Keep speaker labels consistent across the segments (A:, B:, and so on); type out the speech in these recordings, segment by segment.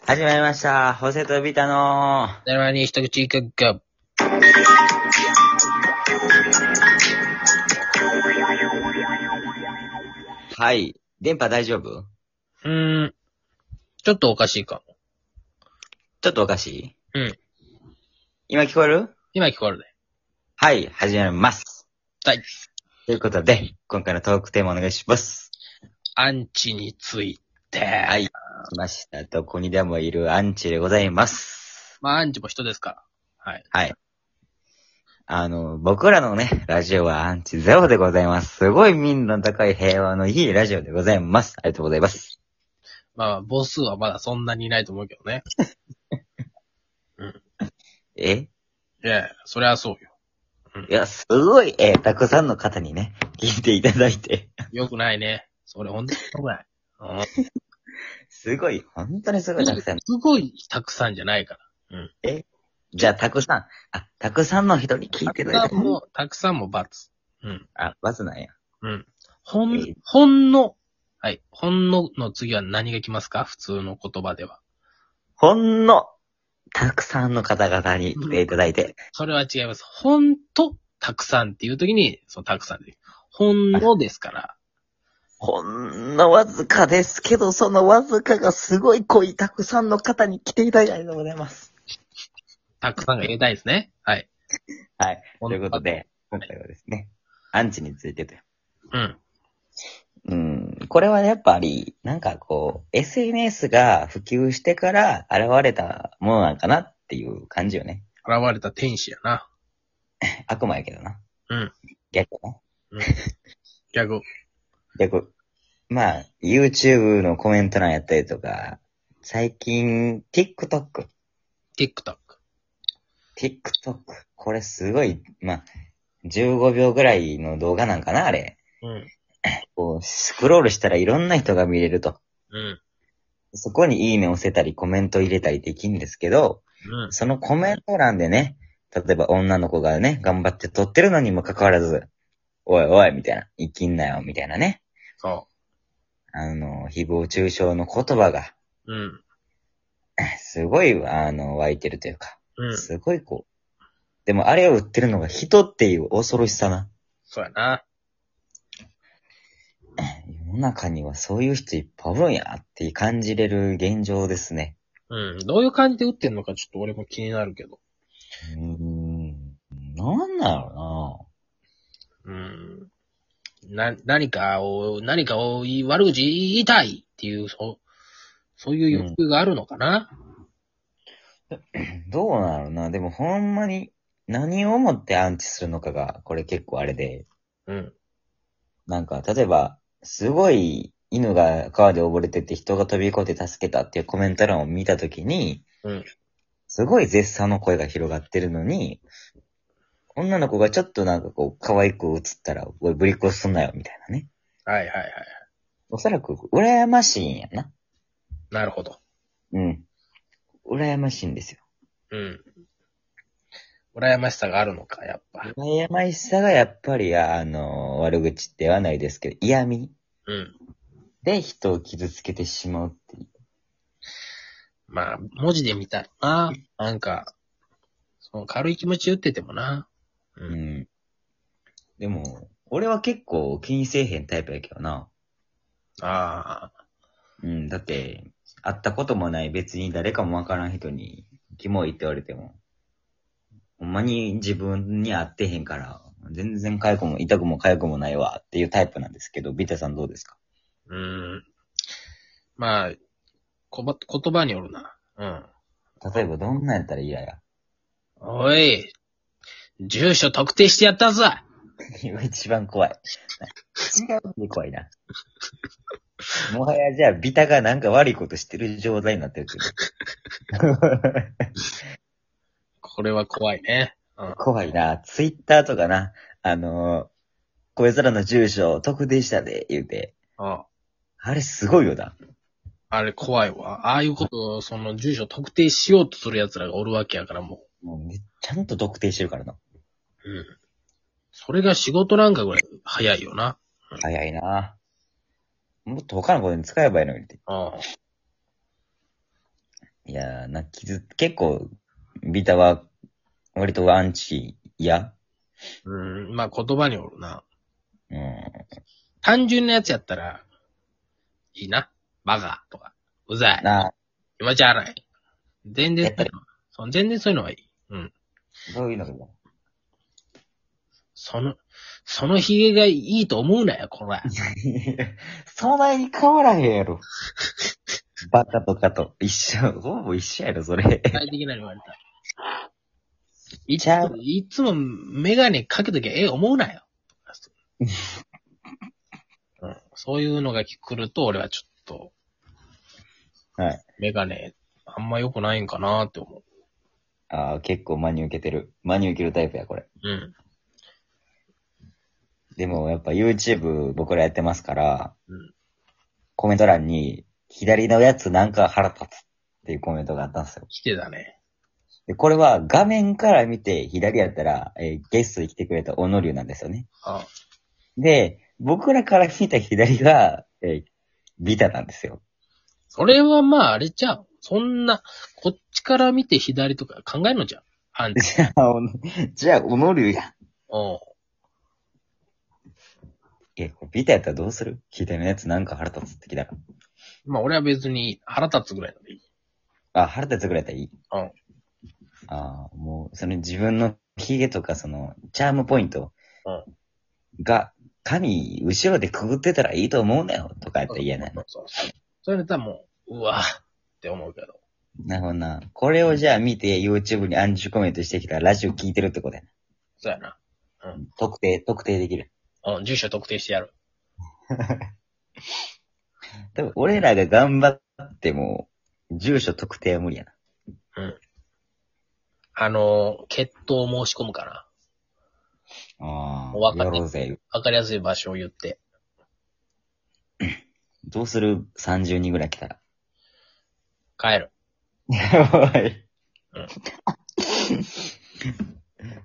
A: 始まりました。ホセとビタの、
B: なるまに一口いくが、
A: はい。電波大丈夫
B: うーん、ちょっとおかしいかも。
A: ちょっとおかしい
B: うん。
A: 今聞こえる
B: 今聞こえるね。
A: はい、始まります。
B: はい。
A: ということで、今回のトークテーマお願いします。
B: アンチについて。
A: はい来ました。どこにでもいるアンチでございます。
B: まあ、アンチも人ですから。はい。
A: はい。あの、僕らのね、ラジオはアンチゼロでございます。すごい民度の高い平和のいいラジオでございます。ありがとうございます。
B: まあ、母数はまだそんなにいないと思うけどね。
A: え
B: いやいや、そりゃそうよ。
A: いや、すごい、えーたくさんの方にね、聞いていただいて。
B: よくないね。それほんとよくない。うんす
A: すごい、本当にすごいたくさん。
B: ごいたくさんじゃないから。
A: じゃあ、たくさん。あ、たくさんの人に聞いてくれ
B: た
A: た
B: く。さんも、たくさんも罰。うん。
A: あ、バズなんや。
B: うん。ほ
A: え
B: ん
A: ー、
B: ほんの、はい。ほんのの次は何が来ますか普通の言葉では。
A: ほんの、たくさんの方々に来ていただいて。
B: それは違います。ほんと、たくさんっていう時に、そのたくさんで。ほんのですから。
A: ほんのわずかですけど、そのわずかがすごい濃いたくさんの方に来ていただいてありがとうございます。
B: たくさんが入れたいですね。はい。
A: はい。
B: ほん
A: ということ。で、今回はですね、アンチについてと。
B: うん。
A: うん、これはやっぱり、なんかこう、SNS が普及してから現れたものなんかなっていう感じよね。
B: 現れた天使やな。
A: 悪魔やけどな。
B: うん。
A: 逆な。
B: 逆。
A: で、こまあ、YouTube のコメント欄やったりとか、最近、TikTok、
B: TikTok。
A: TikTok、これすごい、まあ、15秒ぐらいの動画なんかな、あれ。
B: うん。
A: こう、スクロールしたらいろんな人が見れると。
B: うん。
A: そこにいいね押せたり、コメント入れたりできるんですけど、
B: うん。
A: そのコメント欄でね、例えば女の子がね、頑張って撮ってるのにもかかわらず、おいおい、みたいな、生きんなよ、みたいなね。
B: そ
A: あの、誹謗中傷の言葉が、
B: う。うん。
A: すごい、あの、湧いてるというか、
B: うん。
A: すごいこう。でもあれを売ってるのが人っていう恐ろしさな。
B: そうやな。
A: 世の中にはそういう人いっぱいおるんやって感じれる現状ですね。
B: うん。どういう感じで打ってんのかちょっと俺も気になるけど。
A: うーん。なんだろ
B: うん。な、何かを、何かを言い悪口言いたいっていう、そう、そういう欲求があるのかな、
A: うな。どうなのな。でもほんまに何をもってアンチするのかが、これ結構あれで。
B: うん、
A: なんか、例えば、すごい犬が川で溺れてて人が飛び越えて助けたっていうコメント欄を見たときに、
B: うん
A: すごい絶賛の声が広がってるのに、女の子がちょっとなんかこう、可愛く映ったら、おい、ぶりっ子すんなよ、みたいなね。
B: はいはいはい。
A: おそらく、羨ましいんやな。
B: なるほど。
A: うん。羨ましいんですよ。
B: うん。羨ましさがあるのか、やっぱ。
A: 羨ましさがやっぱり、あの、悪口ではないですけど、嫌味
B: うん。
A: で人を傷つけてしまうっていう。
B: まあ、文字で見たらな、なんか、その軽い気持ち打っててもな。う。
A: うんん。でも、俺は結構気にせえへんタイプやけどな。
B: ああ、
A: うん、だって、会ったこともない別に誰かもわからん人に、キモいって言われても、ほんまに自分に合ってへんから、全然痒くも、痛くも痒くもないわっていうタイプなんですけど、ビタさんどうですか
B: うん。まあ、こば、言葉によるな。うん。
A: 例えばどんなんやったら嫌や。
B: おい、住所特定してやったぞ
A: 一番怖い。違うんで怖いな。もはやじゃあ、ビタがなんか悪いことしてる状態になってるけど。
B: これは怖いね。
A: 怖いな。ツイッターとかな、あのー、こいつらの住所を特定したで、言うて。
B: うん。
A: あれすごいよな。
B: あれ怖いわ。ああいうことを、その住所特定しようとする奴らがおるわけやから、もう。
A: もうめちゃんと特定してるからな。
B: うん。それが仕事なんかぐらい早いよな。
A: 早いな。もっと他のことに使えばいいのにって。
B: ああ。
A: いやー、な、傷、結構、ビタは、割とアンチ、いや、
B: うん、まあ言葉におるな。
A: うん。
B: 単純なやつやったら、いいな。バカとか、うざい。
A: な、
B: 今じゃあない。全然、そう全然そういうのはいい。うん。
A: どういうのが
B: その、そのヒゲがいいと思うなよ、こら。
A: そないに変わらへんやろ。バカとかと一緒、ほぼ一緒やろ、それ。
B: 具体的なの言われた。いつ
A: ちゃう
B: も、いつもメガネかけときゃええ思 うなよ。うんそういうのが来ると、俺はちょっと、
A: はい。
B: メガネ、あんま良くないんかなって思う。
A: ああ、結構真に受けてる。真に受けるタイプや、これ。
B: うん。
A: でも、やっぱ YouTube 僕らやってますから、
B: うん
A: コメント欄に、左のやつなんか腹立つっていうコメントがあったんですよ。
B: 来てたね。
A: で、これは画面から見て左やったら、えーゲストに来てくれた小野流なんですよね。
B: あ、
A: で、僕らから見た左が、えービタなんですよ。
B: それはまあ、あれじゃん。そんな、こっちから見て左とか考えんのじゃん。あんた。
A: じゃあ、おのじゃあ、小野流やん。
B: うん。
A: え、これビタやったらどうする左のやつなんか腹立つってきたら。
B: まあ、俺は別に腹立つぐらいのでいい。
A: あ、腹立つぐらいだったらいい。
B: うん。
A: ああ、もう、その自分のヒゲとか、その、チャームポイントが、髪、後ろでくぐってたらいいと思うなよ、とかやったら嫌な
B: そ
A: の
B: う。そうそう。それだったらもう、うわって思うけど。
A: なるほどな。これをじゃあ見て、YouTube に暗示コメントしてきたら、ラジオ聞いてるってことや
B: そうやな。
A: な。特定、特定できる。
B: うん、住所特定してやる。
A: 多分、俺らが頑張っても、住所特定は無理やな。
B: あのー、決闘を申し込むかな。
A: あ
B: もう分か
A: や
B: って
A: ろうぜ。
B: わかりやすい場所を言って。
A: どうする ?30 人ぐらい来たら。
B: 帰る。
A: はい
B: うん。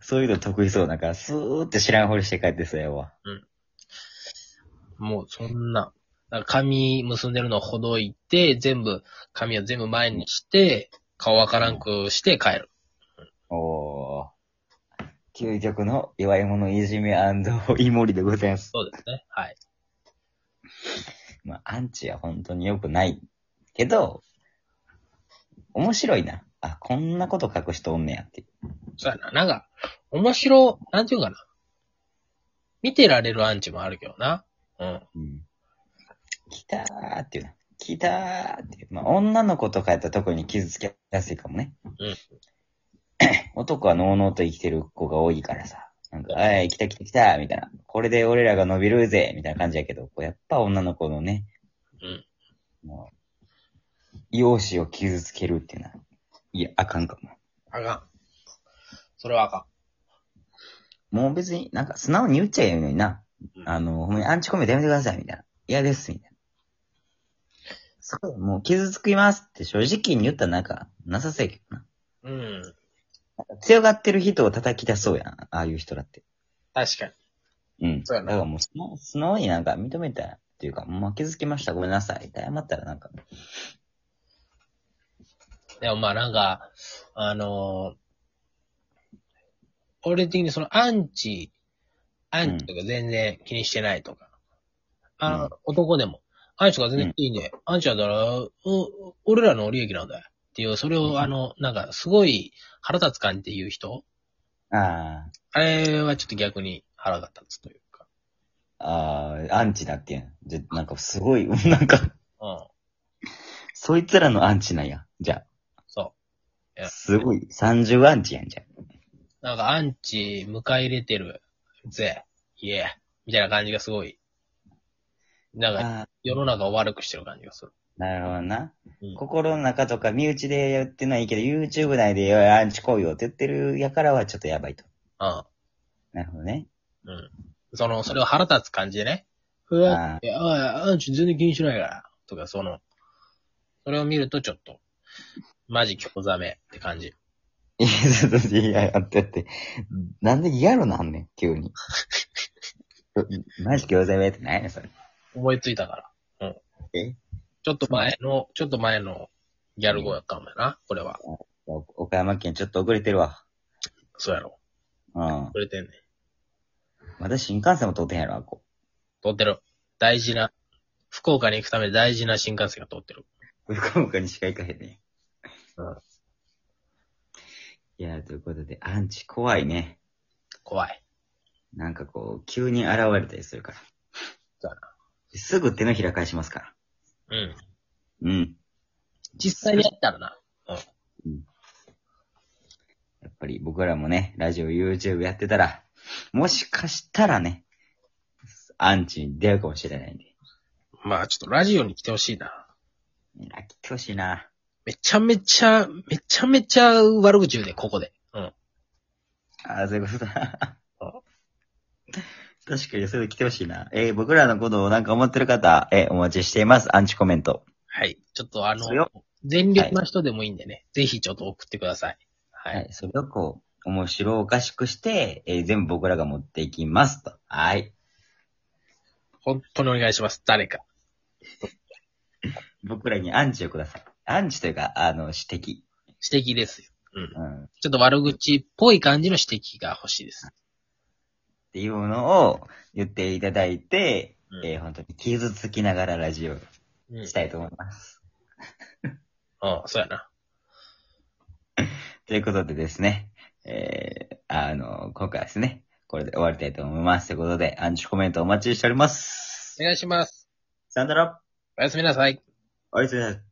A: そういうの得意そうだから、スーって知らんふりして帰ってそうやわ。
B: もう、そんな。だから髪結んでるのをほどいて、全部、髪を全部前にして、顔わからんくして帰る。
A: おー。究極の弱い者いじめイモリでございます。
B: そうですね。はい。
A: まあ、アンチは本当に良くない。けど、面白いな。あ、こんなこと書く人おんねやって。
B: そうやな。なんか、面白、なんていうかな。見てられるアンチもあるけどな。うん。
A: うん。来たーっていうな。来たーっていう。まあ、女の子とかやったら特に傷つきやすいかもね。
B: うん。
A: 男はのうのうと生きてる子が多いからさ。なんか、あい、来た来た来たみたいな。これで俺らが伸びるぜみたいな感じやけど、こうやっぱ女の子のね、
B: うん。
A: もう、容姿を傷つけるっていうのは、いや、あかんかも。
B: あかん。それはあかん。
A: もう別になんか素直に言っちゃえばいいのにな
B: う。ん
A: あの、ほんまにアンチコメントやめてください、みたいな。嫌です、みたいな。そこでもう傷つきますって正直に言ったらなんか、なさそうやけどな。
B: うん。
A: 強がってる人を叩き出そうやん。ああいう人だって。
B: 確かに。
A: うん。
B: そうやな
A: だからもう素直素直になんか認めたっていうか、もう傷つきました、ごめんなさい。って謝ったらなんか、
B: でもまあなんか、あのー俺的にそのアンチ、アンチとか全然気にしてないとか、あの
A: うん
B: 男でも、アンチとか全然いいんで、アンチだったら、う俺らの利益なんだよ。っていう、それ
A: うん
B: をあの、なんかすごい腹立つ感っていう人
A: あ
B: あれはちょっと逆に腹が立つというか。
A: あ、ああ、アンチだってやん。じゃ、なんかすごい、 なんか、
B: うん。
A: そいつらのアンチなんや。じゃ
B: そい
A: あ、
B: や
A: すごい、30アンチやんじゃん。
B: う。なんかアンチ迎え入れてるぜ、イエーみたいな感じがすごい。なんか
A: ああ、
B: 世の中を悪くしてる感じがする。
A: なるほどな。
B: うん
A: 心の中とか身内でやってないいけど、YouTube 内でおいアンチ行為をって言ってるやからはちょっとやばいと。
B: うん。
A: なるほどね。
B: うん。その、それを腹立つ感じでね。うわ、いや、ああんち全然気にしないから。とか、その、それを見るとちょっと、マジ興ざめって感じ。
A: いや、ちょっと、いや、待ってやって。なんで嫌ろなんねん、急に。マジ餃子やってないのそれ。
B: 思いついたから。
A: え
B: ちょっと前の、ちょっと前のギャル語やったんだな、これは。
A: お岡山県ちょっと遅れてるわ。
B: そうやろ。
A: うん。
B: くれてんねん。
A: まだ新幹線も通ってへんやろ、あっこ。
B: 通ってる。大事な、福岡に行くために大事な新幹線が通ってる。
A: 福岡にしか行かへんね。
B: うん
A: いや、ということで、アンチ怖いね。
B: 怖い。
A: なんかこう、急に現れたりするから。
B: そうやな
A: すぐ手のひら返しますから。
B: うん。
A: うん。
B: 実際にやったらな。
A: やっぱり僕らもね、ラジオ、YouTube やってたら、もしかしたらね、アンチに出会うかもしれないんで。
B: まあちょっとラジオに来てほしいな。
A: あ、来てほしいな。
B: めちゃめちゃ、めちゃめちゃ悪口言うで、ここで。うん。
A: ああ、そういうことだ。 確かに、それで来てほしいな。えー僕らのことをなんか思ってる方、えーお待ちしています。アンチコメント。
B: はい。ちょっとあの
A: それを、
B: 全力な人でもいいんでね。ぜひちょっと送ってください。は。
A: はいい。それをこう、面白おかしくして、えー全部僕らが持っていきますと。はい。
B: 本当にお願いします。誰か。
A: 僕らにアンチをください。アンチというか、あの、指摘。
B: 指摘ですよ。うん。
A: うん。っ
B: ちょっと悪口っぽい感じの指摘が欲しいです。
A: ていうのを言っていただいて、
B: うん
A: えー本当に傷つきながらラジオ
B: うん。
A: したいと思います。
B: うん、そうやな。
A: ということでですね、えー、あの、今回はですね、これで終わりたいと思います。ということで、アンチコメントお待ちしております。
B: お願いします。
A: さよなら。
B: おやすみなさい。
A: ありがとうございます。